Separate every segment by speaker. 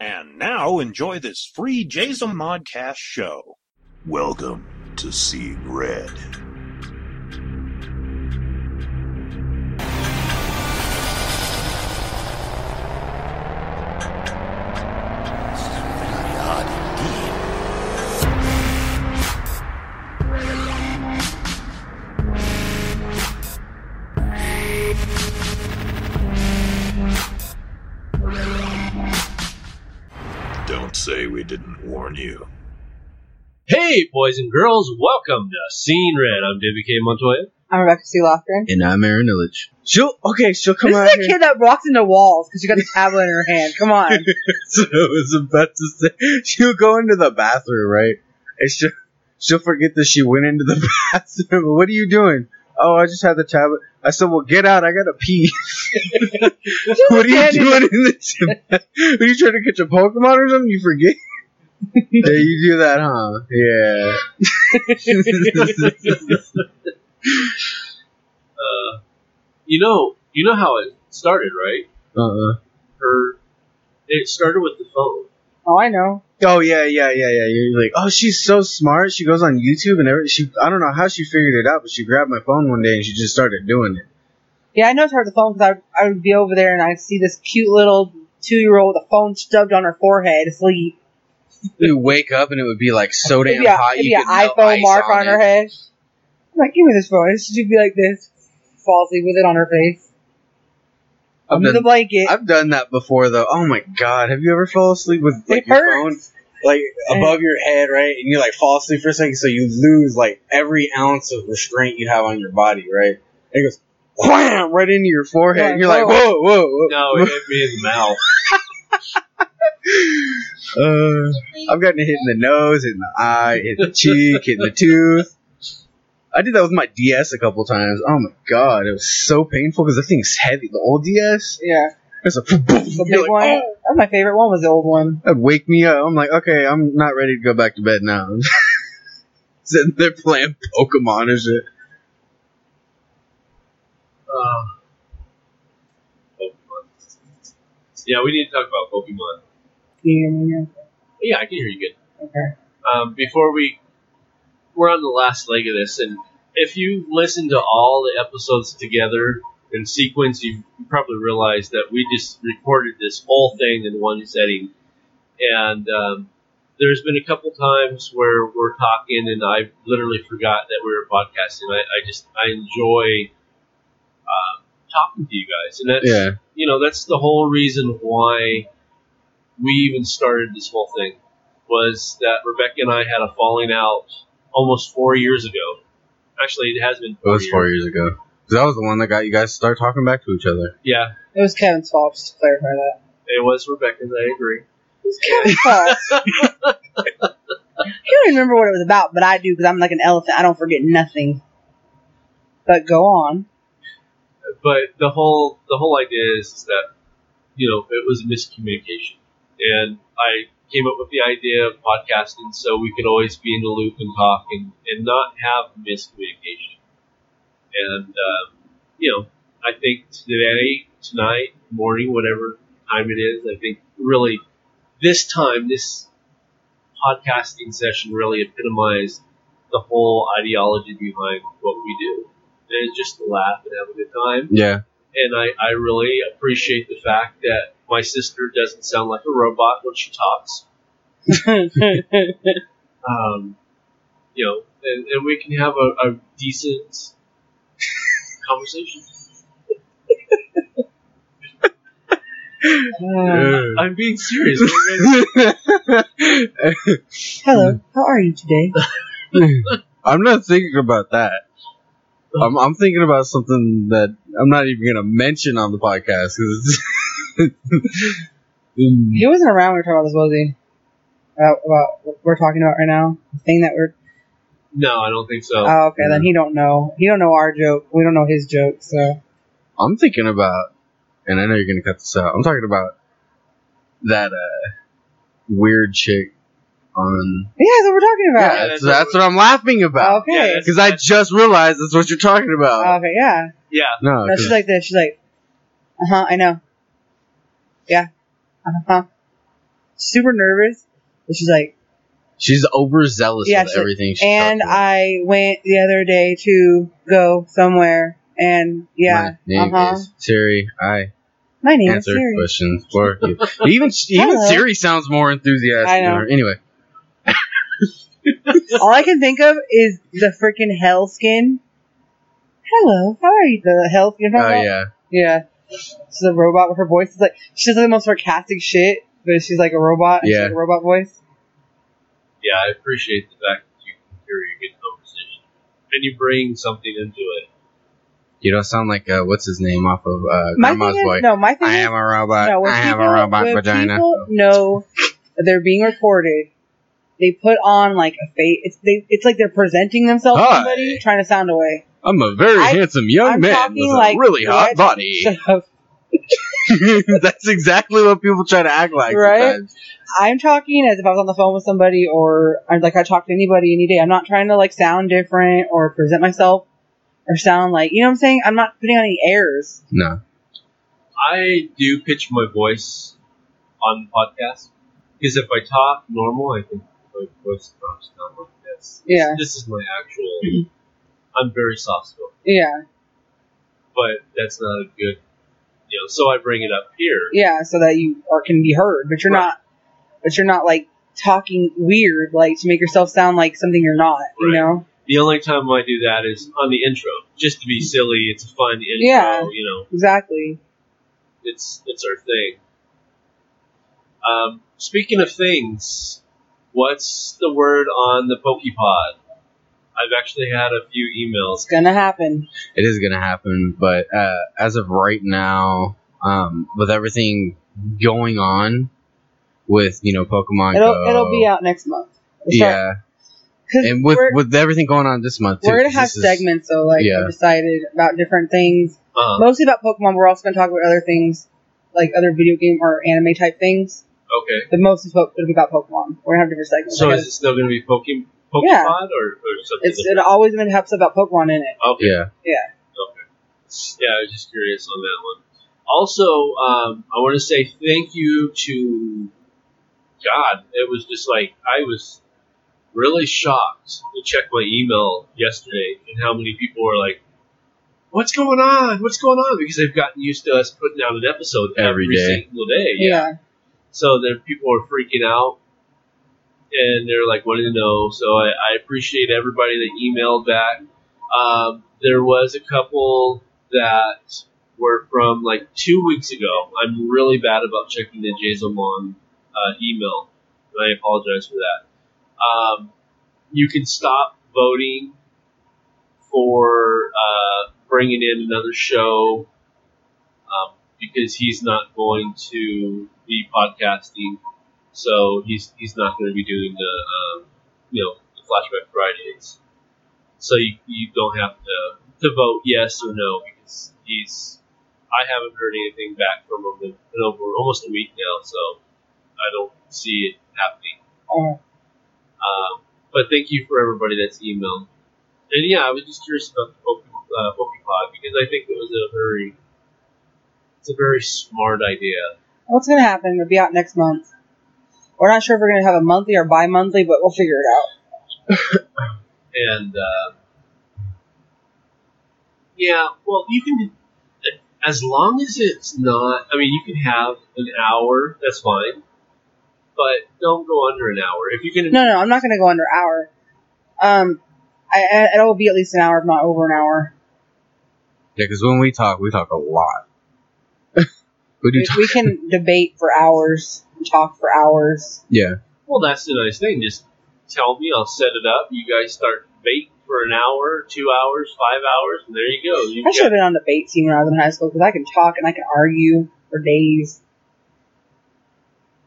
Speaker 1: And now enjoy this free Jason Modcast show.
Speaker 2: Welcome to Seeing Red. Don't say we didn't warn you.
Speaker 3: Hey, boys and girls, welcome to Scene Red. I'm David K. Montoya.
Speaker 4: I'm Rebecca C. Lofgren.
Speaker 5: And I'm Aaron Illich.
Speaker 6: She'll okay. She'll come
Speaker 4: This
Speaker 6: out
Speaker 4: is the
Speaker 6: here.
Speaker 4: kid that walks into walls because she got a tablet in her hand. Come on.
Speaker 5: So I was about to say she'll go into the bathroom, right? And she'll she'll forget that she went into the bathroom. What are you doing? Oh, I just had the tablet. I said, "Well, get out! I gotta pee." what are you doing in this? what are you trying to catch a Pokemon or something? You forget? yeah, you do that, huh? Yeah.
Speaker 3: Uh, you know, you know how it started, right?
Speaker 5: uh-uh.
Speaker 3: Her, it started with the phone.
Speaker 4: Oh, I know.
Speaker 5: Oh yeah, yeah, yeah, yeah. You're like, oh, she's so smart. She goes on YouTube and every, she, I don't know how she figured it out, but she grabbed my phone one day and she just started doing it.
Speaker 4: Yeah, I know it's hard to phone because I, I would be over there and I'd see this cute little two year old with a phone shoved on her forehead asleep.
Speaker 5: You wake up and it would be like so damn
Speaker 4: It'd be, a,
Speaker 5: hot.
Speaker 4: it'd
Speaker 5: You
Speaker 4: be an
Speaker 5: could melt
Speaker 4: iPhone
Speaker 5: ice
Speaker 4: mark on, her
Speaker 5: it.
Speaker 4: head. I'm like, give me this phone. She'd be like this, fall asleep with it on her face.
Speaker 5: I've
Speaker 4: Under the
Speaker 5: done,
Speaker 4: blanket.
Speaker 5: I've done that before though. Oh my god, have you ever fall asleep with like
Speaker 4: it
Speaker 5: your phone
Speaker 4: hurts.
Speaker 5: like
Speaker 4: Eh.
Speaker 5: above your head, right? And you like fall asleep for a second, so you lose like every ounce of restraint you have on your body, right? And it goes wham right into your forehead.
Speaker 4: Yeah,
Speaker 5: and you're like,
Speaker 4: no.
Speaker 5: whoa, whoa, whoa.
Speaker 3: No, it hit me in the mouth.
Speaker 5: Uh, I've gotten hit in the nose, hit in the eye, hit the cheek, hit the tooth. I did that with my DS a couple times. Oh my god, it was so painful because the thing's heavy. The old DS,
Speaker 4: Yeah.
Speaker 5: it's a boom, boom.
Speaker 4: The
Speaker 5: You're
Speaker 4: big
Speaker 5: like,
Speaker 4: one.
Speaker 5: "Oh."
Speaker 4: That was my favorite one, was the old one.
Speaker 5: That'd wake me up. I'm like, okay, I'm not ready to go back to bed now. Sitting there playing Pokemon and shit.
Speaker 3: Uh, Pokemon. Yeah, we need to talk about Pokemon.
Speaker 4: Yeah, yeah,
Speaker 3: Yeah, I can hear you good.
Speaker 4: yeah. Okay.
Speaker 3: um, before we we're on the last leg of this and if you listen to all the episodes together in sequence you probably realize that we just recorded this whole thing in one setting and um, there's been a couple times where we're talking and i literally forgot that we were podcasting i, I just i enjoy uh, talking to you guys and that's
Speaker 5: Yeah.
Speaker 3: you know that's the whole reason why we even started this whole thing was that Rebecca and I had a falling out almost four years ago. Actually, it has been.
Speaker 5: It was four years ago. Because I was the one that got you guys to start talking back to each other.
Speaker 3: Yeah,
Speaker 4: It was Kevin's fault, just to clarify that.
Speaker 3: it was Rebecca's. I agree.
Speaker 4: It was Kevin's fault. I don't remember what it was about, but I do because I'm like an elephant. I don't forget nothing. But go on.
Speaker 3: But the whole the whole idea is, is that you know it was miscommunication, and I came up with the idea of podcasting so we could always be in the loop and talk and, and not have miscommunication. And um, you know, I think today, tonight, morning, whatever time it is, I think really this time this podcasting session really epitomized the whole ideology behind what we do. And it's just to laugh and have a good time.
Speaker 5: Yeah.
Speaker 3: And I, I really appreciate the fact that my sister doesn't sound like a robot when she talks. Um, you know, and, and we can have a, a decent conversation. I'm being serious.
Speaker 4: Hello, how are you today?
Speaker 5: I'm not thinking about that. I'm, I'm thinking about something that I'm not even going to mention on the podcast. 'cause it's-
Speaker 4: He wasn't around when we were talking about this, was he? About, about what we're talking about right now? The thing that we're.
Speaker 3: No, I don't think so.
Speaker 4: Oh, okay, then he don't know. He don't know our joke. We don't know his joke, so.
Speaker 5: I'm thinking about, and I know you're going to cut this out. I'm talking about that uh, weird chick on.
Speaker 4: Yeah, that's what we're talking
Speaker 5: Yeah,
Speaker 4: about.
Speaker 5: that's, that's what I'm laughing about.
Speaker 4: Oh, okay.
Speaker 3: Yeah, that's-
Speaker 5: Because I just realized that's what you're talking about.
Speaker 4: okay, yeah.
Speaker 3: yeah,
Speaker 5: No,
Speaker 4: No, she's
Speaker 5: 'cause-
Speaker 4: like uh-huh, this. She's like, uh huh, I know. Yeah. Uh huh. super nervous. And she's like,
Speaker 5: She's overzealous
Speaker 4: Yeah,
Speaker 5: with
Speaker 4: she's-
Speaker 5: everything. She
Speaker 4: and
Speaker 5: does.
Speaker 4: I went the other day to go somewhere, and yeah,
Speaker 5: My name
Speaker 4: uh-huh.
Speaker 5: is Siri. I
Speaker 4: my name is
Speaker 5: answer
Speaker 4: Siri.
Speaker 5: questions for you. even even
Speaker 4: Hello.
Speaker 5: Siri sounds more enthusiastic.
Speaker 4: I
Speaker 5: Than
Speaker 4: know.
Speaker 5: her. Anyway,
Speaker 4: All I can think of is the freaking hell skin. Hello, how are you? The hell skin.
Speaker 5: oh yeah,
Speaker 4: Yeah. She's a robot with her voice. is like she does the most sarcastic shit, but she's like a robot. and She
Speaker 5: Yeah.
Speaker 4: has a robot voice.
Speaker 3: Yeah, I appreciate the fact that you can carry a good conversation and you bring something into it.
Speaker 5: you don't sound like uh, what's his name off of uh,
Speaker 4: My
Speaker 5: Grandma's
Speaker 4: thing is-
Speaker 5: Boy.
Speaker 4: no, my thing
Speaker 5: I
Speaker 4: is
Speaker 5: am a robot.
Speaker 4: no. When
Speaker 5: I have
Speaker 4: people,
Speaker 5: a robot
Speaker 4: when
Speaker 5: vagina.
Speaker 4: people know that they're being recorded, they put on like a face. It's they, it's like they're presenting themselves to
Speaker 5: Hi.
Speaker 4: somebody, trying to sound away.
Speaker 5: I'm a very
Speaker 4: I-
Speaker 5: handsome young
Speaker 4: I'm
Speaker 5: man
Speaker 4: talking
Speaker 5: with
Speaker 4: like
Speaker 5: a really hot
Speaker 4: what?
Speaker 5: body.
Speaker 4: Shut up.
Speaker 5: That's exactly what people try to act like.
Speaker 4: Right?
Speaker 5: sometimes.
Speaker 4: I'm talking as if I was on the phone with somebody, or I'm like I talk to anybody any day. I'm not trying to like sound different or present myself or sound like you know what I'm saying. I'm not putting on any airs.
Speaker 5: No.
Speaker 3: I do pitch my voice on the podcast because if I talk normal, I think my voice drops down like this.
Speaker 4: Yeah.
Speaker 3: This is my actual. I'm very soft spoken,
Speaker 4: Yeah,
Speaker 3: but that's not a good. You know, so I bring it up here.
Speaker 4: yeah, so that you are can be heard, but you're
Speaker 3: Right.
Speaker 4: not, but you're not like talking weird, like to make yourself sound like something you're not. You
Speaker 3: Right.
Speaker 4: know?
Speaker 3: The only time I do that is on the intro, just to be silly. It's a fun intro.
Speaker 4: Yeah.
Speaker 3: You know,
Speaker 4: Exactly.
Speaker 3: it's it's our thing. Um, speaking of things, what's the word on the Pokepod? I've actually had a few emails.
Speaker 4: It's gonna happen.
Speaker 5: It is going to happen. But uh, as of right now, um, with everything going on with, you know, Pokemon
Speaker 4: It'll
Speaker 5: Go.
Speaker 4: it'll be out next month. We'll start-
Speaker 5: uh, Yeah.
Speaker 4: 'cause
Speaker 5: And with,
Speaker 4: we're,
Speaker 5: with everything going on this month, too,
Speaker 4: we're gonna
Speaker 5: 'cause
Speaker 4: have
Speaker 5: this is-
Speaker 4: segments, so like
Speaker 5: Yeah.
Speaker 4: we decided about different things.
Speaker 3: Uh,
Speaker 4: mostly about Pokemon. We're also going to talk about other things, like other video game or anime type things.
Speaker 3: okay.
Speaker 4: But mostly going to be about Pokemon. We're going to have different segments.
Speaker 3: So
Speaker 4: I
Speaker 3: is
Speaker 4: gotta-
Speaker 3: it still going to be Poke, Pokepod
Speaker 4: Yeah.
Speaker 3: or, or something?
Speaker 4: it's it always been have stuff about Pokemon in it.
Speaker 3: okay.
Speaker 5: Yeah.
Speaker 3: Yeah, I was just curious on that one. Also, um, I want to say thank you to God. It was just like I was really shocked to check my email yesterday and how many people were like, "What's going on? What's going on?" Because they've gotten used to us putting out an episode
Speaker 5: Every
Speaker 3: every,
Speaker 5: day.
Speaker 3: single day.
Speaker 4: Yeah.
Speaker 3: So there, people are freaking out, and they're like wanting to know. So I, I appreciate everybody that emailed back. Um, there was a couple that were from like two weeks ago. I'm really bad about checking the Jason Long uh, email, and I apologize for that. Um, you can stop voting for uh, bringing in another show um, because he's not going to be podcasting, so he's he's not going to be doing the um, you know the flashback Fridays. So you, you don't have to to vote yes or no because he's I haven't heard anything back from him in, in over almost a week now, so I don't see it happening.
Speaker 4: Oh,
Speaker 3: Um, but thank you for everybody that's emailed. And yeah, I was just curious about the Poke, uh, Pokepod because I think it was a very, it's a very smart idea.
Speaker 4: what's going to happen? It'll be out next month. We're not sure if we're going to have a monthly or bi-monthly, but we'll figure it out.
Speaker 3: And uh, yeah, well, you can, as long as it's not, I mean, you can have an hour, that's fine. But don't go under an hour. If you're gonna,
Speaker 4: No, no, I'm not going to go under hour. Um, I, I, it'll be at least an hour, if not over an hour.
Speaker 5: Yeah, because when we talk, we talk a lot. we do
Speaker 4: We,
Speaker 5: talk.
Speaker 4: we can debate for hours, and talk for hours.
Speaker 5: Yeah.
Speaker 3: well, that's the nice thing. Just tell me, I'll set it up. You guys start bait for an hour, two hours, five hours, and there you go. You
Speaker 4: I should
Speaker 3: got-
Speaker 4: have been on debate team when I was in high school because I can talk and I can argue for days.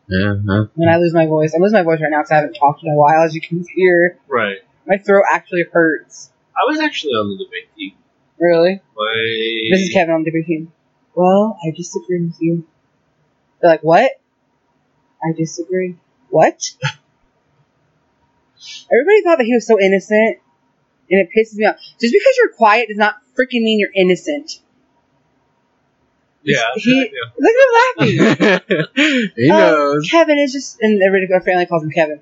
Speaker 5: Yeah. huh?
Speaker 4: when I lose my voice. I lose my voice right now because I haven't talked in a while, as you can hear.
Speaker 3: Right.
Speaker 4: My throat actually hurts.
Speaker 3: I was actually on the debate team.
Speaker 4: Really?
Speaker 3: My
Speaker 4: This is Kevin on the debate team. Well, I disagree with you. They're like, what? I disagree. What? Everybody thought that he was so innocent, and it pisses me off. Just because you're quiet does not freaking mean you're innocent.
Speaker 3: Yeah.
Speaker 4: He-
Speaker 3: yeah.
Speaker 4: Look at him laughing.
Speaker 5: he
Speaker 4: Um,
Speaker 5: knows.
Speaker 4: Kevin is just, and everybody, our family calls him Kevin.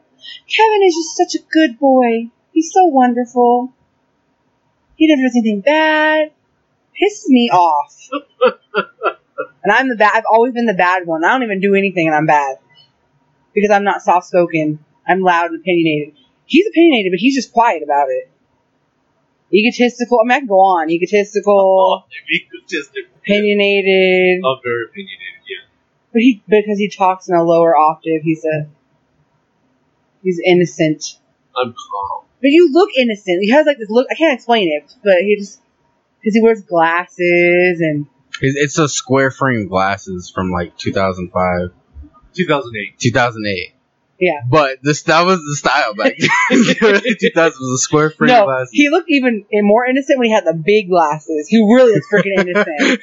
Speaker 4: Kevin is just such a good boy. He's so wonderful. He never does anything bad. Pisses me off. and I'm the bad. I've always been the bad one. I don't even do anything, and I'm bad because I'm not soft spoken. I'm loud and opinionated. He's opinionated, but he's just quiet about it. Egotistical. I mean, I can go on. Egotistical,
Speaker 3: Oh, egotistic.
Speaker 4: opinionated.
Speaker 3: I'm very opinionated. Yeah.
Speaker 4: But he because he talks in a lower octave, he's a he's innocent.
Speaker 3: I'm calm.
Speaker 4: But you look innocent. He has like this look. I can't explain it, but he just because he wears glasses and
Speaker 5: It's, it's those square frame glasses from like 2005,
Speaker 3: 2008.
Speaker 5: 2008.
Speaker 4: Yeah.
Speaker 5: But this that was the style back then. Early 2000s was a square frame
Speaker 4: no,
Speaker 5: glasses.
Speaker 4: he looked even more innocent when he had the big glasses. He really is freaking innocent.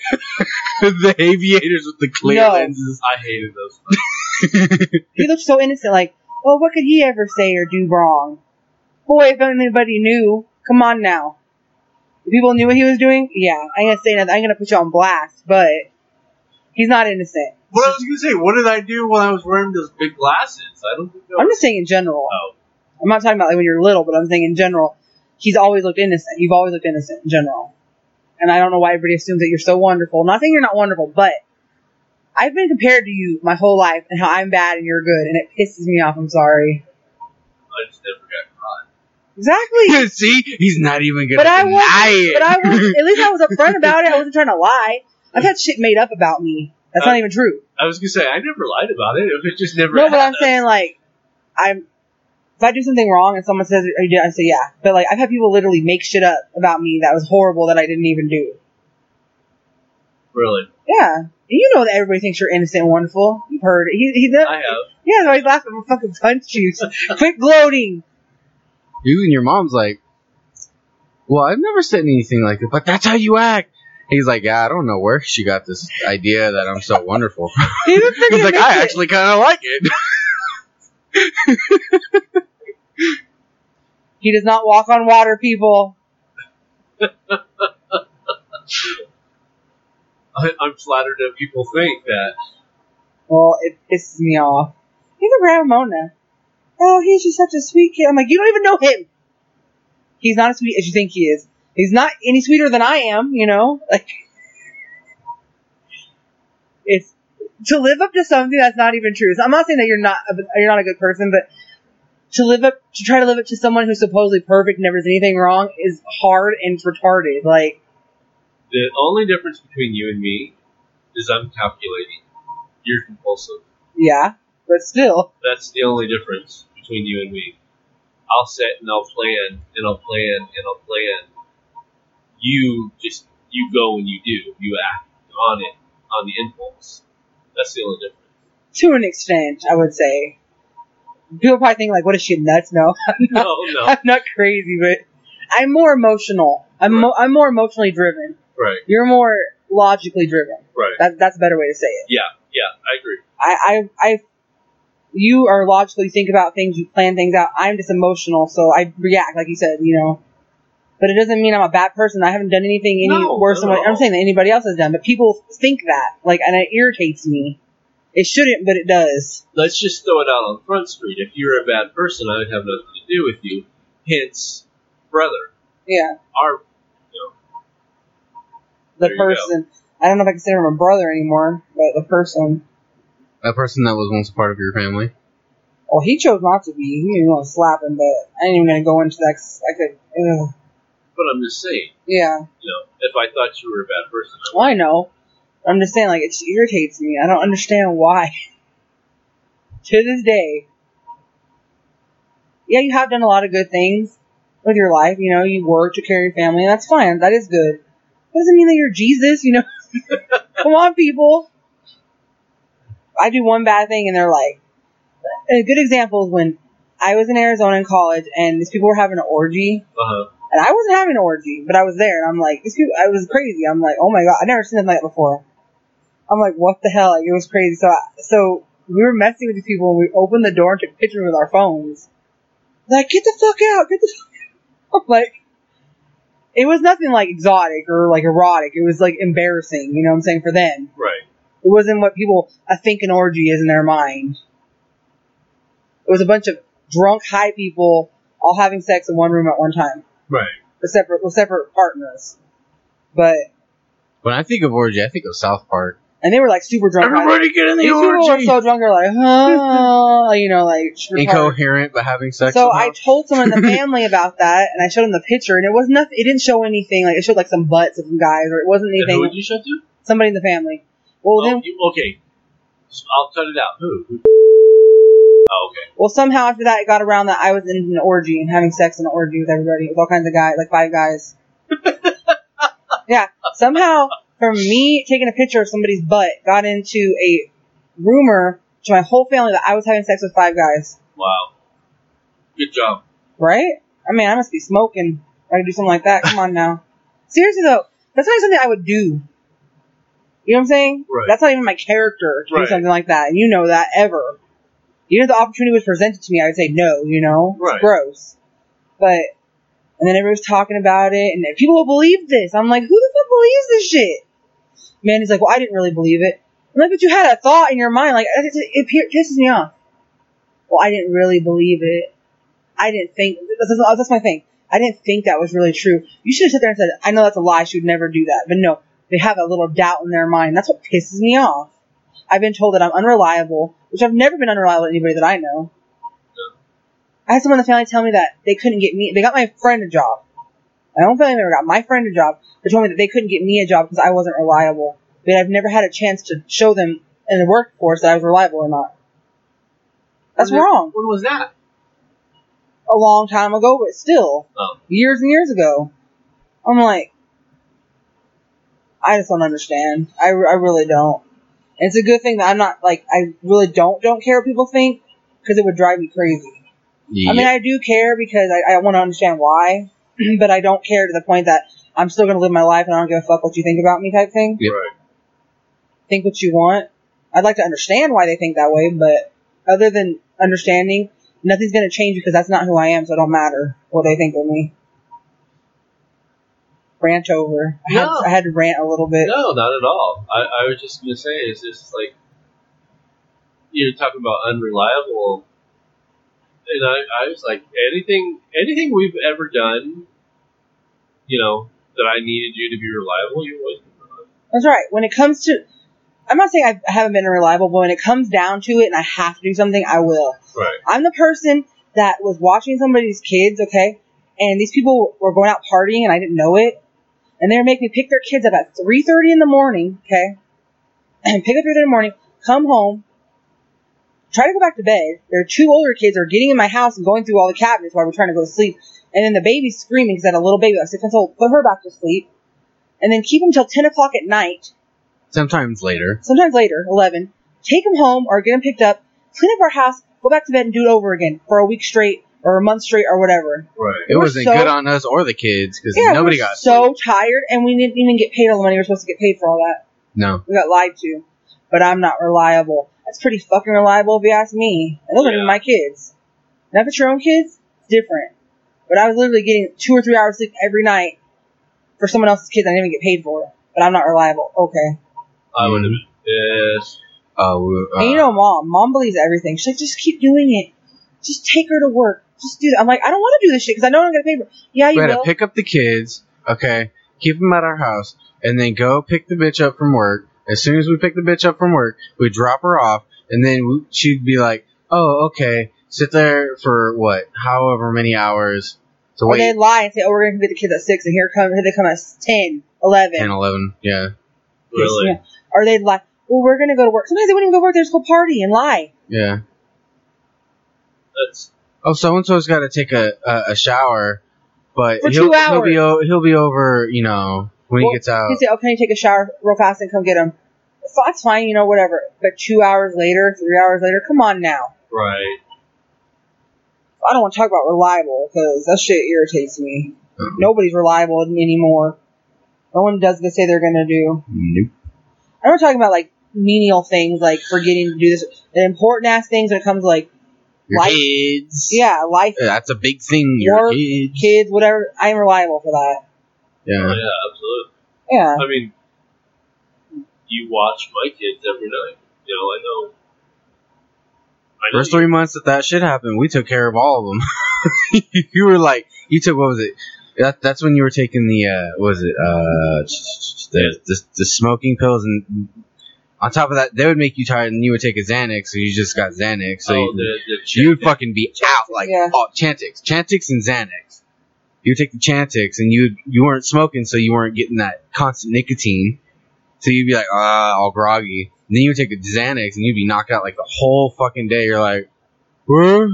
Speaker 5: the aviators with the clear
Speaker 4: No.
Speaker 5: lenses.
Speaker 3: I hated those.
Speaker 4: he looked so innocent. Like, well, what could he ever say or do wrong? Boy, if anybody knew, come on now. If people knew what he was doing, yeah, I'm gonna say nothing. I'm gonna put you on blast, but he's not innocent.
Speaker 3: What I was gonna say? What did I do when I was wearing those big glasses? I don't think. I
Speaker 4: I'm just saying in general.
Speaker 3: Oh.
Speaker 4: I'm not talking about like when you're little, but I'm saying in general, he's always looked innocent. You've always looked innocent in general. And I don't know why everybody assumes that you're so wonderful. Not saying you're not wonderful, but I've been compared to you my whole life and how I'm bad and you're good, and it pisses me off. I'm sorry.
Speaker 3: I just never got caught.
Speaker 4: Exactly.
Speaker 5: See, he's not even gonna
Speaker 4: but I was.
Speaker 5: deny it.
Speaker 4: But I was. At least I was upfront about it. I wasn't trying to lie. I've had shit made up about me. That's not even true.
Speaker 3: I was gonna say I never lied about it. It was just never.
Speaker 4: No, but I'm
Speaker 3: happened.
Speaker 4: saying like I'm if I do something wrong and someone says or you did, I say yeah. But like I've had people literally make shit up about me that was horrible that I didn't even do.
Speaker 3: really.
Speaker 4: Yeah. And you know that everybody thinks you're innocent and wonderful. You've heard it. He, he,
Speaker 3: I have.
Speaker 4: yeah, that's why he's laughing for fucking punch juice. Quit gloating.
Speaker 5: you and your mom's like, well, I've never said anything like it, but that's how you act. He's like, yeah, I don't know where she got this idea that I'm so wonderful. from."
Speaker 4: He didn't freaking
Speaker 5: He's like,
Speaker 4: admit
Speaker 5: I
Speaker 4: it.
Speaker 5: actually kind of like it.
Speaker 4: He does not walk on water, people.
Speaker 3: I, I'm flattered that people think that.
Speaker 4: Well, it pisses me off. Look at Ramona. Oh, he's just such a sweet kid. I'm like, you don't even know him. He's not as sweet as you think he is. He's not any sweeter than I am, you know? Like, it's to live up to something that's not even true. So I'm not saying that you're not a, you're not a good person, but to live up to try to live up to someone who's supposedly perfect, never does anything wrong, is hard and retarded. Like,
Speaker 3: The only difference between you and me is I'm calculating. You're compulsive.
Speaker 4: yeah, but still,
Speaker 3: That's the only difference between you and me. I'll sit and I'll plan and I'll plan and I'll plan. You just you go and you do. You act on it on the impulse. That's the only difference.
Speaker 4: to an extent, I would say. People probably think like, "What is she nuts?" No,
Speaker 3: No, no,
Speaker 4: I'm not crazy, but I'm more emotional. I'm mo- I'm more emotionally driven.
Speaker 3: right,
Speaker 4: You're more logically driven.
Speaker 3: right.
Speaker 4: That that's a better way to say it.
Speaker 3: Yeah, yeah, I agree.
Speaker 4: I I, I you are logical. You think about things. You plan things out. I'm just emotional, so I react like you said. You know. But it doesn't mean I'm a bad person. I haven't done anything any
Speaker 3: No,
Speaker 4: worse than
Speaker 3: not at
Speaker 4: what I'm
Speaker 3: all.
Speaker 4: saying that anybody else has done. But people think that, like, and it irritates me. It shouldn't, but it does.
Speaker 3: let's just throw it out on Front Street. If you're a bad person, I would have nothing to do with you. Hence, brother,
Speaker 4: Yeah.
Speaker 3: our
Speaker 4: the
Speaker 3: There you
Speaker 4: person. I don't know if I consider him a brother anymore, but the person.
Speaker 5: That person that was once a part of your family.
Speaker 4: Well, he chose not to be. He didn't want to slap him, but I ain't even gonna go into that. 'cause I could. Ugh.
Speaker 3: but I'm just saying,
Speaker 4: Yeah.
Speaker 3: you know, if I thought you were a bad person, I would.
Speaker 4: Well, Oh, I know. I'm just saying, like, it just irritates me. I don't understand why. to this day. Yeah, you have done a lot of good things with your life. You know, you work to care of your family, and that's fine. That is good. That doesn't mean that you're Jesus, you know? Come on, people. I do one bad thing, and they're like, a good example is when I was in Arizona in college, and these people were having an orgy.
Speaker 3: Uh-huh.
Speaker 4: And I wasn't having an orgy, but I was there, and I'm like, this people, I was crazy. I'm like, oh my god, I've never seen them like that before. I'm like, what the hell? Like, it was crazy. So, I, so we were messing with these people, and we opened the door and took pictures with our phones. Like, get the fuck out! Get the. Fuck out. I'm like, It was nothing like exotic or like erotic. It was like embarrassing, you know what I'm saying, for them.
Speaker 3: Right.
Speaker 4: It wasn't what people I think an orgy is in their mind. It was a bunch of drunk high people all having sex in one room at one time.
Speaker 3: Right.
Speaker 4: With separate with separate partners. But
Speaker 5: When I think of orgy, I think of South Park.
Speaker 4: and they were like super drunk.
Speaker 5: Everybody get in the
Speaker 4: These people were
Speaker 5: orgy.
Speaker 4: so drunk, they're like, huh, you know, like retarded.
Speaker 5: Incoherent, but having sex.
Speaker 4: So
Speaker 5: somehow.
Speaker 4: I told someone in the family about that, and I showed them the picture, and it was nothing. It didn't show anything. Like it showed like some butts of some guys, or it wasn't
Speaker 3: And who would
Speaker 4: anything.
Speaker 3: you shut to?
Speaker 4: Somebody in the family. Well,
Speaker 3: oh,
Speaker 4: then,
Speaker 3: you, okay. So I'll cut it out. Who? Who- Oh, okay.
Speaker 4: well, somehow after that, it got around that I was in an orgy and having sex in an orgy with everybody, with all kinds of guys, like five guys. yeah, somehow from me taking a picture of somebody's butt, got into a rumor to my whole family that I was having sex with five guys.
Speaker 3: Wow. Good job.
Speaker 4: Right? I mean, I must be smoking. If I could do something like that. Come on now. Seriously though, that's not even something I would do. You know what I'm saying?
Speaker 3: Right.
Speaker 4: That's not even my character to
Speaker 3: Right.
Speaker 4: do something like that. And you know that ever. Even if the opportunity was presented to me, I would say no, you know?
Speaker 3: Right.
Speaker 4: It's gross. But, and then everybody's talking about it, and people will believe this. I'm like, who the fuck believes this shit? Man, he's like, well, I didn't really believe it. I'm like, but you had a thought in your mind. Like, it, it, it pisses me off. Well, I didn't really believe it. I didn't think, that's, that's- that's my thing. I didn't think that was really true. You should have sat there and said, I know that's a lie. She would never do that. But no, they have a little doubt in their mind. That's what pisses me off. I've been told that I'm unreliable, which I've never been unreliable to anybody that I know. I had someone in the family tell me that they couldn't get me. They got my friend a job. My own family member got my friend a job. They told me that they couldn't get me a job because I wasn't reliable. But I've never had a chance to show them in the workforce that I was reliable or not. That's
Speaker 3: When-
Speaker 4: wrong.
Speaker 3: When was that?
Speaker 4: A long time ago, but still
Speaker 3: Oh,
Speaker 4: years and years ago. I'm like, I just don't understand. I, I really don't. And it's a good thing that I'm not like I really don't don't care what people think because it would drive me crazy. I
Speaker 5: Yeah.
Speaker 4: mean, I do care because I, I want to understand why, but I don't care to the point that I'm still gonna live my life and I don't give a fuck what you think about me type thing.
Speaker 5: Yep.
Speaker 3: right.
Speaker 4: Think what you want. I'd like to understand why they think that way, but other than understanding, nothing's gonna change because that's not who I am, so it don't matter what they think of me. Rant over. I,
Speaker 3: No.
Speaker 4: had, I had to rant a little bit.
Speaker 3: No, not at all. I, I was just gonna say, is this like you're talking about unreliable? And I, I was like, anything, anything we've ever done, you know, that I needed you to be reliable, you always been reliable.
Speaker 4: That's right. When it comes to, I'm not saying I I haven't been reliable, but when it comes down to it and I have to do something, I will.
Speaker 3: Right.
Speaker 4: I'm the person that was watching somebody's kids, okay, and these people were going out partying and I didn't know it, and they were making me pick their kids up at 3:30 in the morning, okay, and pick up 3:30 in the morning, come home, try to go back to bed. Their two older kids are getting in my house and going through all the cabinets while we're trying to go to sleep, and then the baby's screaming because I had a little baby, I was six months old, put her back to sleep, and then keep them till 10 o'clock at night
Speaker 5: Sometimes later.
Speaker 4: sometimes later, 11, take them home or get them picked up, clean up our house, go back to bed and do it over again for a week straight or a month straight or whatever.
Speaker 3: Right.
Speaker 5: It
Speaker 4: We're
Speaker 5: wasn't
Speaker 4: so-
Speaker 5: good on us or the kids because
Speaker 4: Yeah,
Speaker 5: nobody
Speaker 4: we're
Speaker 5: got
Speaker 4: so tired and we didn't even get paid all the money we were supposed to get paid for all that.
Speaker 5: no.
Speaker 4: We got lied to. But I'm not reliable. That's pretty fucking reliable if you ask me. And those are
Speaker 3: Yeah.
Speaker 4: my kids. Now if it's your own kids, it's different. But I was literally getting two or three hours sleep every night for someone else's kids. I didn't even get paid for it. But I'm not reliable. Okay.
Speaker 3: I would have been pissed.
Speaker 5: Uh, we, uh,
Speaker 4: And you know, mom, mom believes everything. She's like, just keep doing it. Just take her to work. Just do that. I'm like, I don't want to do this shit because I know I'm gonna pay for. Yeah,
Speaker 5: we
Speaker 4: you
Speaker 5: had
Speaker 4: will.
Speaker 5: to pick up the kids. Okay, keep them at our house, and then go pick the bitch up from work. As soon as we pick the bitch up from work, we drop her off, and then we, she'd be like, "Oh, okay, sit there for what, however many hours to
Speaker 4: or they
Speaker 5: wait."
Speaker 4: lie and say, oh, we're gonna get the kids at six, and here come here they come at 10, 11.
Speaker 5: And eleven, yeah,
Speaker 3: Really.
Speaker 4: Yeah. Or they lie. Well, we're gonna go to work. Sometimes they wouldn't even go to work. They just go party and lie.
Speaker 5: yeah.
Speaker 3: That's
Speaker 5: Oh, so and so's got to take a, a a shower, but
Speaker 4: For
Speaker 5: he'll
Speaker 4: two
Speaker 5: he'll be
Speaker 4: hours.
Speaker 5: o- he'll be over, you know, when
Speaker 4: Well,
Speaker 5: he gets out.
Speaker 4: They say, oh, can you take a shower real fast and come get them? That's fine, you know, whatever. But two hours later, three hours later, come on now.
Speaker 3: right.
Speaker 4: I don't want to talk about reliable because that shit irritates me.
Speaker 5: Uh-uh.
Speaker 4: Nobody's reliable anymore. No one does what they say they're gonna do.
Speaker 5: Nope.
Speaker 4: I'm not talking about like menial things like forgetting to do this, the important ass things when it comes to like
Speaker 5: Your
Speaker 4: Life-
Speaker 5: kids.
Speaker 4: yeah, life,
Speaker 5: That's a big thing. Your
Speaker 4: Work,
Speaker 5: kids.
Speaker 4: kids, whatever. I'm reliable for that.
Speaker 3: Oh,
Speaker 5: Yeah.
Speaker 3: yeah, absolutely.
Speaker 4: Yeah.
Speaker 3: I mean, you watch my kids every night. You know, I know. I know
Speaker 5: First
Speaker 3: you-
Speaker 5: three months that that shit happened, we took care of all of them. you were like, you took what was it? That, that's when you were taking the uh, what was it uh, the, the the smoking pills and on top of that they would make you tired and you would take a Xanax so you just got Xanax so
Speaker 3: oh,
Speaker 5: you,
Speaker 3: the, the
Speaker 5: you would
Speaker 3: chick-
Speaker 5: fucking be out like
Speaker 4: Yeah.
Speaker 5: oh, Chantix, Chantix and Xanax. You would take the Chantix and you you weren't smoking, so you weren't getting that constant nicotine. So you'd be like ah, all groggy. And then you would take the Xanax and you'd be knocked out like the whole fucking day. You're like, where,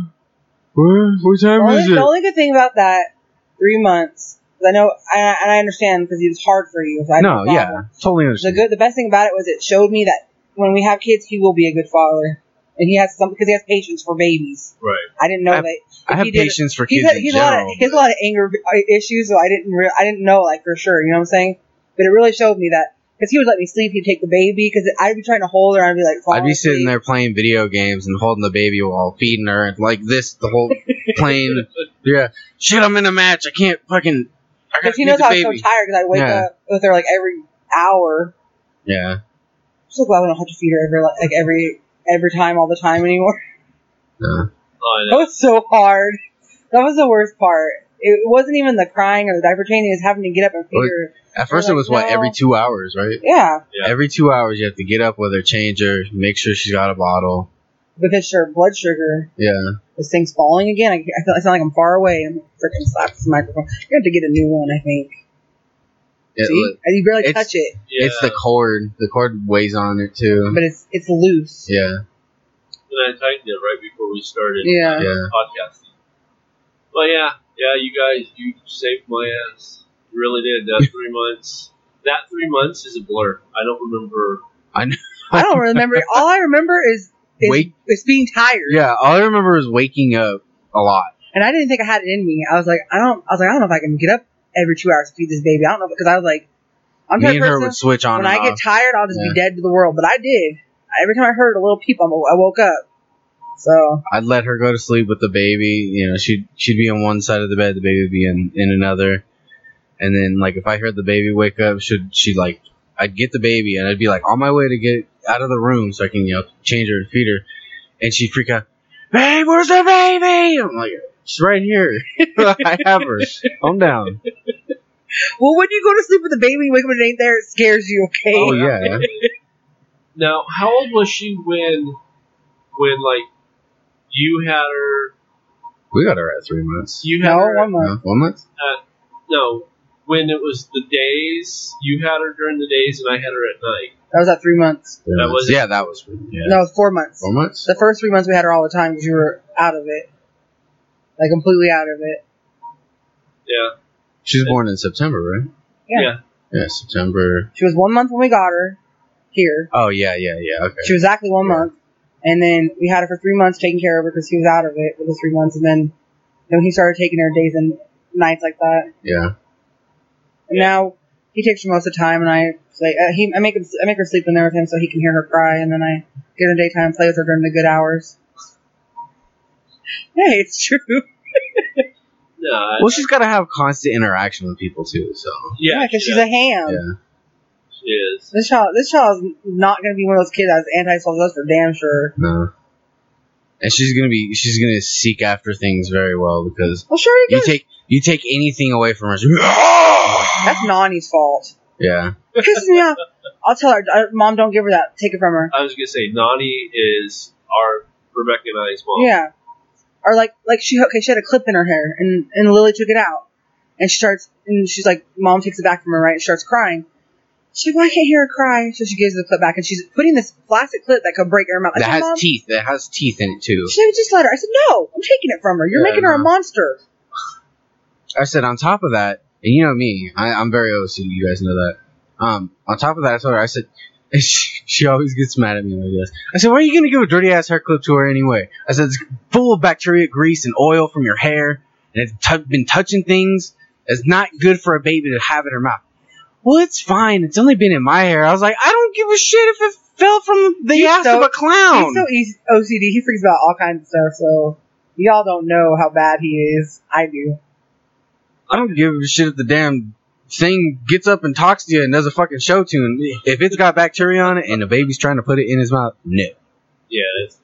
Speaker 5: where, what
Speaker 4: The
Speaker 5: time
Speaker 4: only,
Speaker 5: is
Speaker 4: the
Speaker 5: it?
Speaker 4: only good thing about that three months, 'cause I know, I, and I understand because it was hard for you. so I
Speaker 5: No,
Speaker 4: didn't
Speaker 5: yeah, totally
Speaker 4: the
Speaker 5: understand.
Speaker 4: good the best thing about it was it showed me that when we have kids he will be a good father and he has some because he has patience for babies
Speaker 3: Right.
Speaker 4: i didn't know
Speaker 5: I-
Speaker 4: that
Speaker 5: I have
Speaker 4: he did-
Speaker 5: patience for
Speaker 4: he's,
Speaker 5: kids
Speaker 4: had,
Speaker 5: in
Speaker 4: he's a lot of
Speaker 5: general.
Speaker 4: he has a lot of anger uh, issues so i didn't re- i didn't know like for sure you know what i'm saying but it really showed me that because he would let me sleep he'd take the baby because i'd be trying to hold her i'd be like
Speaker 5: I'd
Speaker 4: falling
Speaker 5: be sitting
Speaker 4: asleep.
Speaker 5: there playing video games and holding the baby while feeding her and like this the whole playing. Yeah, shit, I'm in a match. I can't fucking. I gotta
Speaker 4: because he
Speaker 5: feed
Speaker 4: knows
Speaker 5: the
Speaker 4: i was
Speaker 5: baby.
Speaker 4: so tired because i'd wake
Speaker 5: Yeah.
Speaker 4: up with her like every hour
Speaker 5: yeah,
Speaker 4: I'm so glad we don't have to feed her every like every every time all the time anymore
Speaker 5: no.
Speaker 3: Oh, I
Speaker 4: That
Speaker 3: know.
Speaker 4: was so hard. That was the worst part. It wasn't even the crying or the diaper changing. It was having to get up and
Speaker 5: Well,
Speaker 4: figure.
Speaker 5: At first,
Speaker 4: They're
Speaker 5: it was
Speaker 4: like,
Speaker 5: what every
Speaker 4: "No."
Speaker 5: two hours, right?
Speaker 4: Yeah,
Speaker 3: Yeah.
Speaker 5: Every two hours, you have to get up with her, change her, make sure she's got a bottle.
Speaker 4: because her blood sugar.
Speaker 5: Yeah,
Speaker 4: This thing's falling again. I, I feel- I sound like I'm far away. I'm freaking slap this microphone. You have to get a new one, I think.
Speaker 5: It-
Speaker 4: See, and you barely
Speaker 5: it's-
Speaker 4: touch it,
Speaker 3: Yeah.
Speaker 5: it's the cord. The cord weighs on it too.
Speaker 4: but it's it's loose.
Speaker 5: Yeah,
Speaker 3: and I tightened it right before we started
Speaker 4: Yeah.
Speaker 5: yeah.
Speaker 3: podcasting. Well, yeah, yeah, you guys, you saved my ass. You really did. That three months. That three months is a blur. I don't remember.
Speaker 4: I don't remember. All I remember is is,
Speaker 5: Wait.
Speaker 4: is being tired.
Speaker 5: Yeah, all I remember is waking up a lot.
Speaker 4: And I didn't think I had it in me. I was like, I don't. I was like, I don't know if I can get up every two hours to feed this baby. I don't know because I was like, I'm
Speaker 5: Me
Speaker 4: tired
Speaker 5: and her
Speaker 4: person.
Speaker 5: would switch on
Speaker 4: when
Speaker 5: and
Speaker 4: I get
Speaker 5: off.
Speaker 4: tired, I'll just
Speaker 5: Yeah.
Speaker 4: be dead to the world. But I did. Every time I heard a little peep, I'm, I woke up. So
Speaker 5: I'd let her go to sleep with the baby. You know, she'd she'd be on one side of the bed, the baby would be in, in another. And then like if I heard the baby wake up, should she like I'd get the baby and I'd be like on my way to get out of the room so I can you know change her and feed her, and she'd freak out. Babe, where's the baby? I'm like, she's right here. I have her. Calm down.
Speaker 4: well, when you go to sleep with a baby, and you wake up and it ain't there. It scares you. Okay.
Speaker 5: Oh, yeah.
Speaker 3: Now, how old was she when, when like you had her?
Speaker 5: We got her at three months.
Speaker 3: You had
Speaker 4: no,
Speaker 3: her.
Speaker 4: one month.
Speaker 5: No, one month.
Speaker 3: No, when it was the days, you had her during the days, and I had her at night.
Speaker 4: That was at three months.
Speaker 5: Three
Speaker 3: That
Speaker 5: months.
Speaker 3: was-
Speaker 5: yeah, that was yeah.
Speaker 4: No, it was four months.
Speaker 5: four months.
Speaker 4: The first three months we had her all the time because you were out of it, like completely out of it.
Speaker 3: Yeah,
Speaker 5: She was born in September, right?
Speaker 4: Yeah.
Speaker 3: Yeah.
Speaker 5: Yeah, September.
Speaker 4: She was one month when we got her here.
Speaker 5: Oh yeah, yeah, yeah. Okay.
Speaker 4: She was exactly one
Speaker 5: Yeah.
Speaker 4: month, and then we had her for three months taking care of her because he was out of it for the three months, and then then he started taking her days and nights like that.
Speaker 5: Yeah.
Speaker 4: And now he takes her most of the time, and I play. Uh, he, I make him, I make her sleep in there with him so he can hear her cry, and then I get her daytime, and play with her during the good hours. Hey, it's true.
Speaker 3: no. I-
Speaker 5: Well, she's got to have constant interaction with people too. So
Speaker 3: yeah,
Speaker 4: Yeah, because she's
Speaker 3: yeah,
Speaker 4: a ham.
Speaker 5: yeah,
Speaker 3: she is.
Speaker 4: This child, this child is not going to be one of those kids that's anti-social. That's for damn sure.
Speaker 5: no. And she's gonna be she's gonna seek after things very well because
Speaker 4: Well, sure you
Speaker 5: you
Speaker 4: can.
Speaker 5: take you take anything away from her. she's-
Speaker 4: that's Nani's fault.
Speaker 5: "Ah!" yeah,
Speaker 4: Pisses me off. I'll tell her, uh, Mom, don't give her that. Take it from her.
Speaker 3: I was gonna say Nani is our Rebecca and I's mom.
Speaker 4: Yeah. Or like like she okay, she had a clip in her hair and and Lily took it out. And she starts and she's like mom takes it back from her, right? She starts crying. She's like, Well, I can't hear her cry. So she gives the clip back and she's putting this plastic clip that could break her mouth. I
Speaker 5: that
Speaker 4: said,
Speaker 5: has
Speaker 4: Mom,
Speaker 5: teeth. That has teeth in it too.
Speaker 4: she said, just let her. I said, No, I'm taking it from her. You're
Speaker 5: Yeah,
Speaker 4: making her a
Speaker 5: no.
Speaker 4: monster.
Speaker 5: I said on top of that, and you know me, I, I'm very OCD. You guys know that. Um, on top of that, I told her I said. She, she always gets mad at me like this. I said, "Why are you gonna give a dirty ass hair clip to her anyway?" I said, "It's full of bacteria, grease, and oil from your hair, and it's t- been touching things. It's not good for a baby to have in her mouth." Well, it's fine. It's only been in my hair. I was like, "I don't give a shit if it fell from the
Speaker 4: He's
Speaker 5: ass
Speaker 4: so-
Speaker 5: of a clown."
Speaker 4: He's so easy, OCD. He freaks about all kinds of stuff. So y'all don't know how bad he is. I do.
Speaker 5: I don't give a shit if the damn thing gets up and talks to you and does a fucking show tune, if it's got bacteria on it and the baby's trying to put it in his mouth, no.
Speaker 3: Yeah, that's,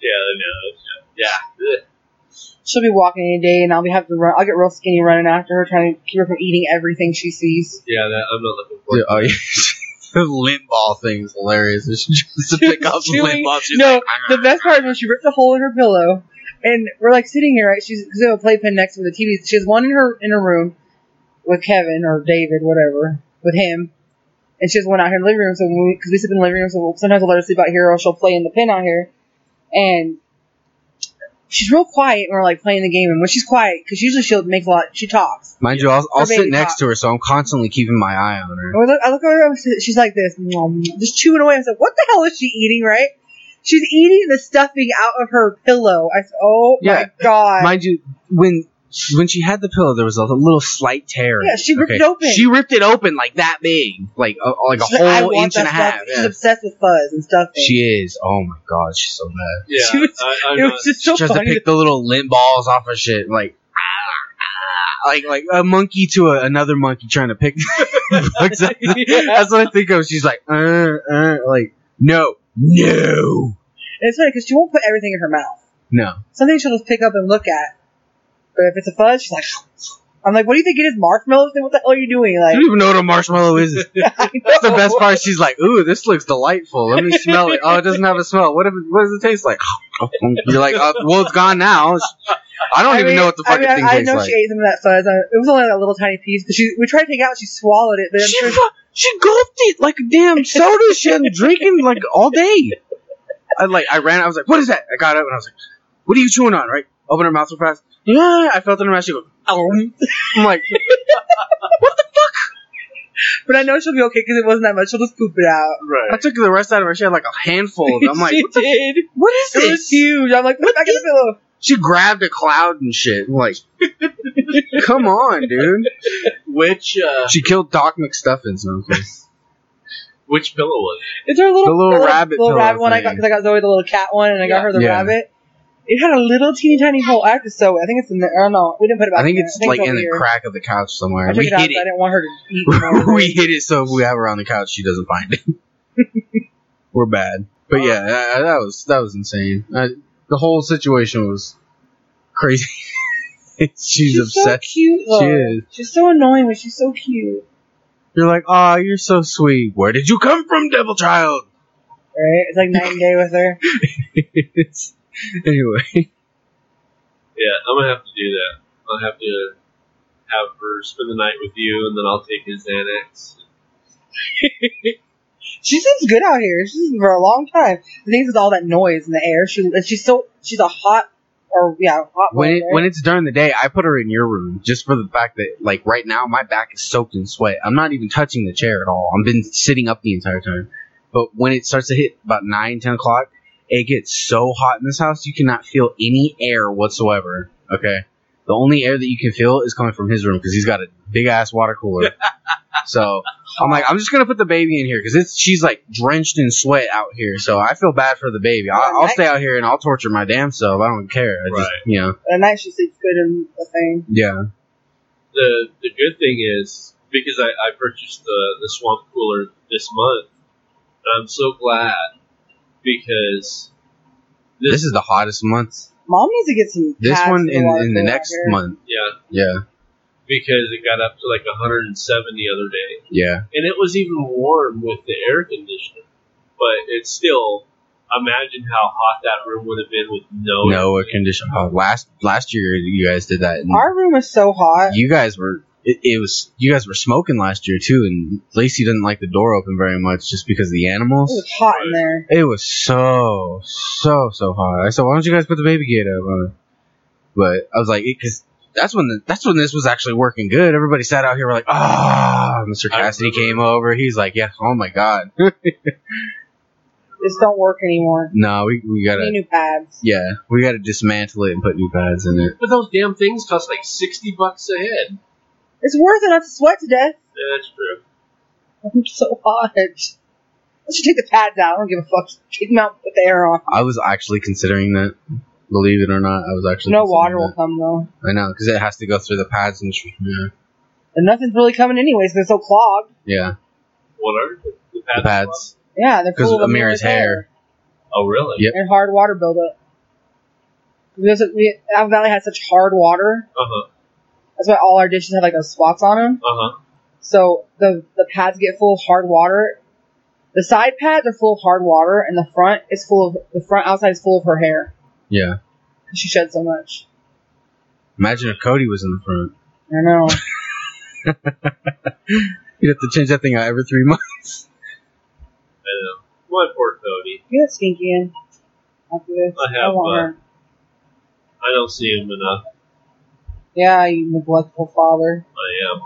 Speaker 3: yeah, no, that's- yeah. Ugh.
Speaker 4: She'll be walking any day, and I'll be have to run. I'll get real skinny running after her, trying to keep her from eating everything she sees.
Speaker 3: Yeah, that, I'm not looking
Speaker 5: Yeah,
Speaker 3: forward
Speaker 5: oh
Speaker 3: to
Speaker 5: yeah.
Speaker 3: that.
Speaker 5: The lint ball thing is hilarious. It's just to pick up the lint
Speaker 4: Chewy.
Speaker 5: balls. she's
Speaker 4: No,
Speaker 5: like,
Speaker 4: The best part is when she ripped a hole in her pillow, and we're like sitting here, right? She's 'cause they have a playpen next to the TV. She has one in her in her room with Kevin or David, whatever, with him, and she has one out here in the living room. So when we, because we sleep in the living room, so we'll, sometimes I'll let her sleep out here, or she'll play in the pen out here, and she's real quiet. when we're like playing the game, and when she's quiet, because usually she'll make a lot. She talks.
Speaker 5: Mind you, I'll, I'll
Speaker 4: Her
Speaker 5: sit
Speaker 4: baby
Speaker 5: next
Speaker 4: talk. Oh,
Speaker 5: to her, so I'm constantly keeping my eye on her.
Speaker 4: I look, I look over, she- she's like this, "Nom, nom," just chewing away. I said, "What the hell is she eating?" Right? She's eating the stuffing out of her pillow. I said, "Oh
Speaker 5: Yeah,
Speaker 4: my god!"
Speaker 5: Mind you, when when she had the pillow, there was a little slight tear. in
Speaker 4: Yeah,
Speaker 5: it.
Speaker 4: she ripped it open.
Speaker 5: She ripped it open like that big, like a, like a
Speaker 4: She's like, "I
Speaker 5: whole
Speaker 4: want
Speaker 5: inch
Speaker 4: that
Speaker 5: and a half.
Speaker 4: stuffing." She's
Speaker 5: Yeah.
Speaker 4: obsessed with fuzz and stuffing.
Speaker 5: She is. Oh my god, she's so bad.
Speaker 3: Yeah,
Speaker 4: She was-
Speaker 3: I, I'm
Speaker 4: it
Speaker 3: not,
Speaker 4: was just so
Speaker 5: She tries to
Speaker 4: funny.
Speaker 5: pick the little lint balls off of shit, like ah, ah, like like a monkey to a, another monkey trying to pick bugs up. That's what I think of. She's like, uh, uh, like no, no,
Speaker 4: And it's funny because she won't put everything in her mouth.
Speaker 5: no.
Speaker 4: Something she'll just pick up and look at. But if it's a fuzz, she's like, "I'm like, what do you think it is, marshmallows? Then what the hell are you doing?"
Speaker 5: I
Speaker 4: Like,
Speaker 5: don't even know what a marshmallow is. That's the best part. She's like, "Ooh, this looks delightful. Let me smell it. Oh, it doesn't have a smell. What if? What does it taste like?" You're like, uh, "Well, it's gone now." I don't even
Speaker 4: mean-
Speaker 5: know what the fucking
Speaker 4: I mean,
Speaker 5: thing
Speaker 4: I, I
Speaker 5: tastes
Speaker 4: know
Speaker 5: like.
Speaker 4: she ate some of that fuzz. I, it was only a little tiny piece, but she we tried to take it out. She swallowed it, but I'm sure
Speaker 5: She, fu- she gulped it like a damn soda she had been drinking like all day. I like I ran. I was like, "What is that?" I got up and I was like, "What are you chewing on?" Right? Open her mouth so fast. Yeah, I felt it in her mouth. She goes, "Ow." I'm like,
Speaker 4: But I know she'll be okay because it wasn't that much. She'll just poop it out.
Speaker 5: I
Speaker 3: right.
Speaker 5: took the rest out of her. She had like a handful of it. I'm like,
Speaker 4: she
Speaker 5: "What, the,
Speaker 4: did.
Speaker 5: what is
Speaker 4: It was
Speaker 5: this?"
Speaker 4: huge. I'm like, put it back in the pillow.
Speaker 5: She grabbed a cloud and shit. I'm Like, come on, dude.
Speaker 3: Which uh,
Speaker 5: She killed Doc McStuffins. and everything.
Speaker 3: which pillow was
Speaker 4: Is there a little,
Speaker 5: The little rabbit
Speaker 4: little
Speaker 5: pillow
Speaker 4: rabbit one I
Speaker 5: thing.
Speaker 4: got because I got Zoe the little cat one and I
Speaker 3: Yeah.
Speaker 4: got her the
Speaker 5: Yeah.
Speaker 4: rabbit. It had a little teeny tiny hole. I have to sew it. I think it's in there. I don't know. We didn't put it back.
Speaker 5: I think
Speaker 4: in
Speaker 5: it's
Speaker 4: there.
Speaker 5: like
Speaker 4: over
Speaker 5: in the
Speaker 4: here.
Speaker 5: crack of the couch
Speaker 4: I
Speaker 5: somewhere.
Speaker 4: took
Speaker 5: We
Speaker 4: it out
Speaker 5: hit
Speaker 4: because I
Speaker 5: it.
Speaker 4: didn't want her to eat. more.
Speaker 5: we hit it so if we have her on the couch, she doesn't find it. We're bad, but yeah, that, that was that was insane. I, the whole situation was crazy. she's,
Speaker 4: she's
Speaker 5: obsessed.
Speaker 4: so cute. Though.
Speaker 5: She is.
Speaker 4: She's so annoying, but she's so cute.
Speaker 5: You're like, oh, you're so sweet. Where did you come from, Devil Child?
Speaker 4: Right? It's like night and day with her.
Speaker 5: It's- anyway,
Speaker 3: Yeah, I'm gonna have to do that. I'll have to have her spend the night with you, and then I'll take his Xanax.
Speaker 4: She seems good out here. She's been for a long time. The thing is, with all that noise in the air, she and she's so she's a hot or yeah hot.
Speaker 5: when
Speaker 4: one,
Speaker 5: it,
Speaker 4: right?
Speaker 5: when it's during the day, I put her in your room just for the fact that like right now my back is soaked in sweat. I'm not even touching the chair at all. I've been sitting up the entire time. But when it starts to hit about nine, ten o'clock, it gets so hot in this house you cannot feel any air whatsoever. Okay, the only air that you can feel is coming from his room because he's got a big ass water cooler. so I'm like, I'm just gonna put the baby in here because it's she's like drenched in sweat out here. So I feel bad for the baby. I,
Speaker 4: Well,
Speaker 5: I'll
Speaker 4: I-
Speaker 5: stay out here and I'll torture my damn self. I don't care. I just,
Speaker 3: Right.
Speaker 5: you know.
Speaker 4: at night she sleeps good and the thing.
Speaker 5: Yeah.
Speaker 3: The the good thing is because I, I purchased the the swamp cooler this month, I'm so glad because
Speaker 5: This is the hottest month.
Speaker 4: Mom needs to get some.
Speaker 5: This
Speaker 4: pads
Speaker 5: one
Speaker 4: for
Speaker 5: in,
Speaker 4: water
Speaker 5: in the
Speaker 4: cooler out
Speaker 5: next
Speaker 4: here.
Speaker 5: month.
Speaker 3: yeah
Speaker 5: Yeah.
Speaker 3: because it got up to like 107 the other day.
Speaker 5: Yeah.
Speaker 3: and it was even warm with the air conditioner. But it's still, imagine how hot that room would have been with no.
Speaker 5: No air
Speaker 3: air
Speaker 5: condition. Oh, last last year you guys did that. and
Speaker 4: Our room is so hot.
Speaker 5: you guys were it, it was you guys were smoking last year too, and Lacey didn't like the door open very much just because of the
Speaker 4: It was
Speaker 5: animals.
Speaker 4: hot in there.
Speaker 5: It was so so so hot. I said, why don't you guys put the baby gate up? Uh, But I was like, because. That's when the, that's when this was actually working good. Everybody sat out here we're like, ah, Mr.
Speaker 3: I
Speaker 5: Cassidy
Speaker 3: remember.
Speaker 5: came over. He's like, yeah, oh my god,
Speaker 4: This don't work anymore.
Speaker 5: no, we, we
Speaker 4: We
Speaker 5: gotta
Speaker 4: need new pads.
Speaker 5: Yeah, we got to dismantle it and put new pads in it.
Speaker 3: But those damn things cost like sixty bucks a head.
Speaker 4: It's worth it not to sweat to death.
Speaker 3: Yeah, that's true.
Speaker 4: I'm so hot. Let's just take the pads out. I don't give a fuck. Take them out. Put the air on.
Speaker 5: I was actually considering that. Believe it or not, I was actually
Speaker 4: No
Speaker 5: considering
Speaker 4: water will
Speaker 5: that.
Speaker 4: come though.
Speaker 5: I know because it has to go through the pads and tr- yeah.
Speaker 4: And nothing's really coming anyways. They're so clogged.
Speaker 5: Yeah,
Speaker 3: What are the, the pads?
Speaker 5: the pads
Speaker 4: Yeah, they're
Speaker 5: because
Speaker 4: full
Speaker 5: of
Speaker 4: of
Speaker 5: Amira's hair.
Speaker 3: Oh, really?
Speaker 5: Yep.
Speaker 4: and hard water buildup. Because it- we, Apple Valley has such hard water.
Speaker 3: Uh huh.
Speaker 4: That's why all our dishes have like those spots on them.
Speaker 3: Uh huh.
Speaker 4: So the the pads get full of hard water. The side pads are full of hard water, and the front is full of the front outside is full of her hair.
Speaker 5: Yeah,
Speaker 4: She shed so much.
Speaker 5: imagine if Cody was in the front.
Speaker 4: I know.
Speaker 5: You'd have to change that thing out every three months.
Speaker 3: I know. My poor Cody.
Speaker 4: Get that stinky in. After this,
Speaker 3: I have,
Speaker 4: want
Speaker 3: uh,
Speaker 4: her.
Speaker 3: I don't see him enough.
Speaker 4: Yeah, you neglectful father.
Speaker 3: I am.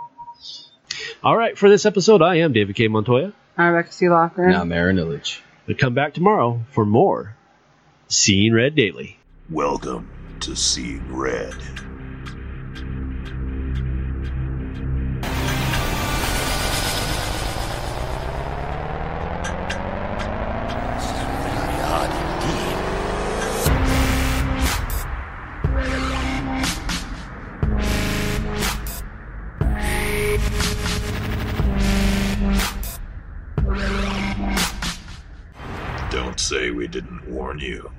Speaker 3: All right. For this episode, I am David K. Montoya.
Speaker 4: I'm Rebecca C. Locker.
Speaker 5: Now Marin Illich.
Speaker 3: But come back tomorrow for more Seeing Red Daily.
Speaker 2: Welcome to Seeing Red. Don't say we didn't warn you.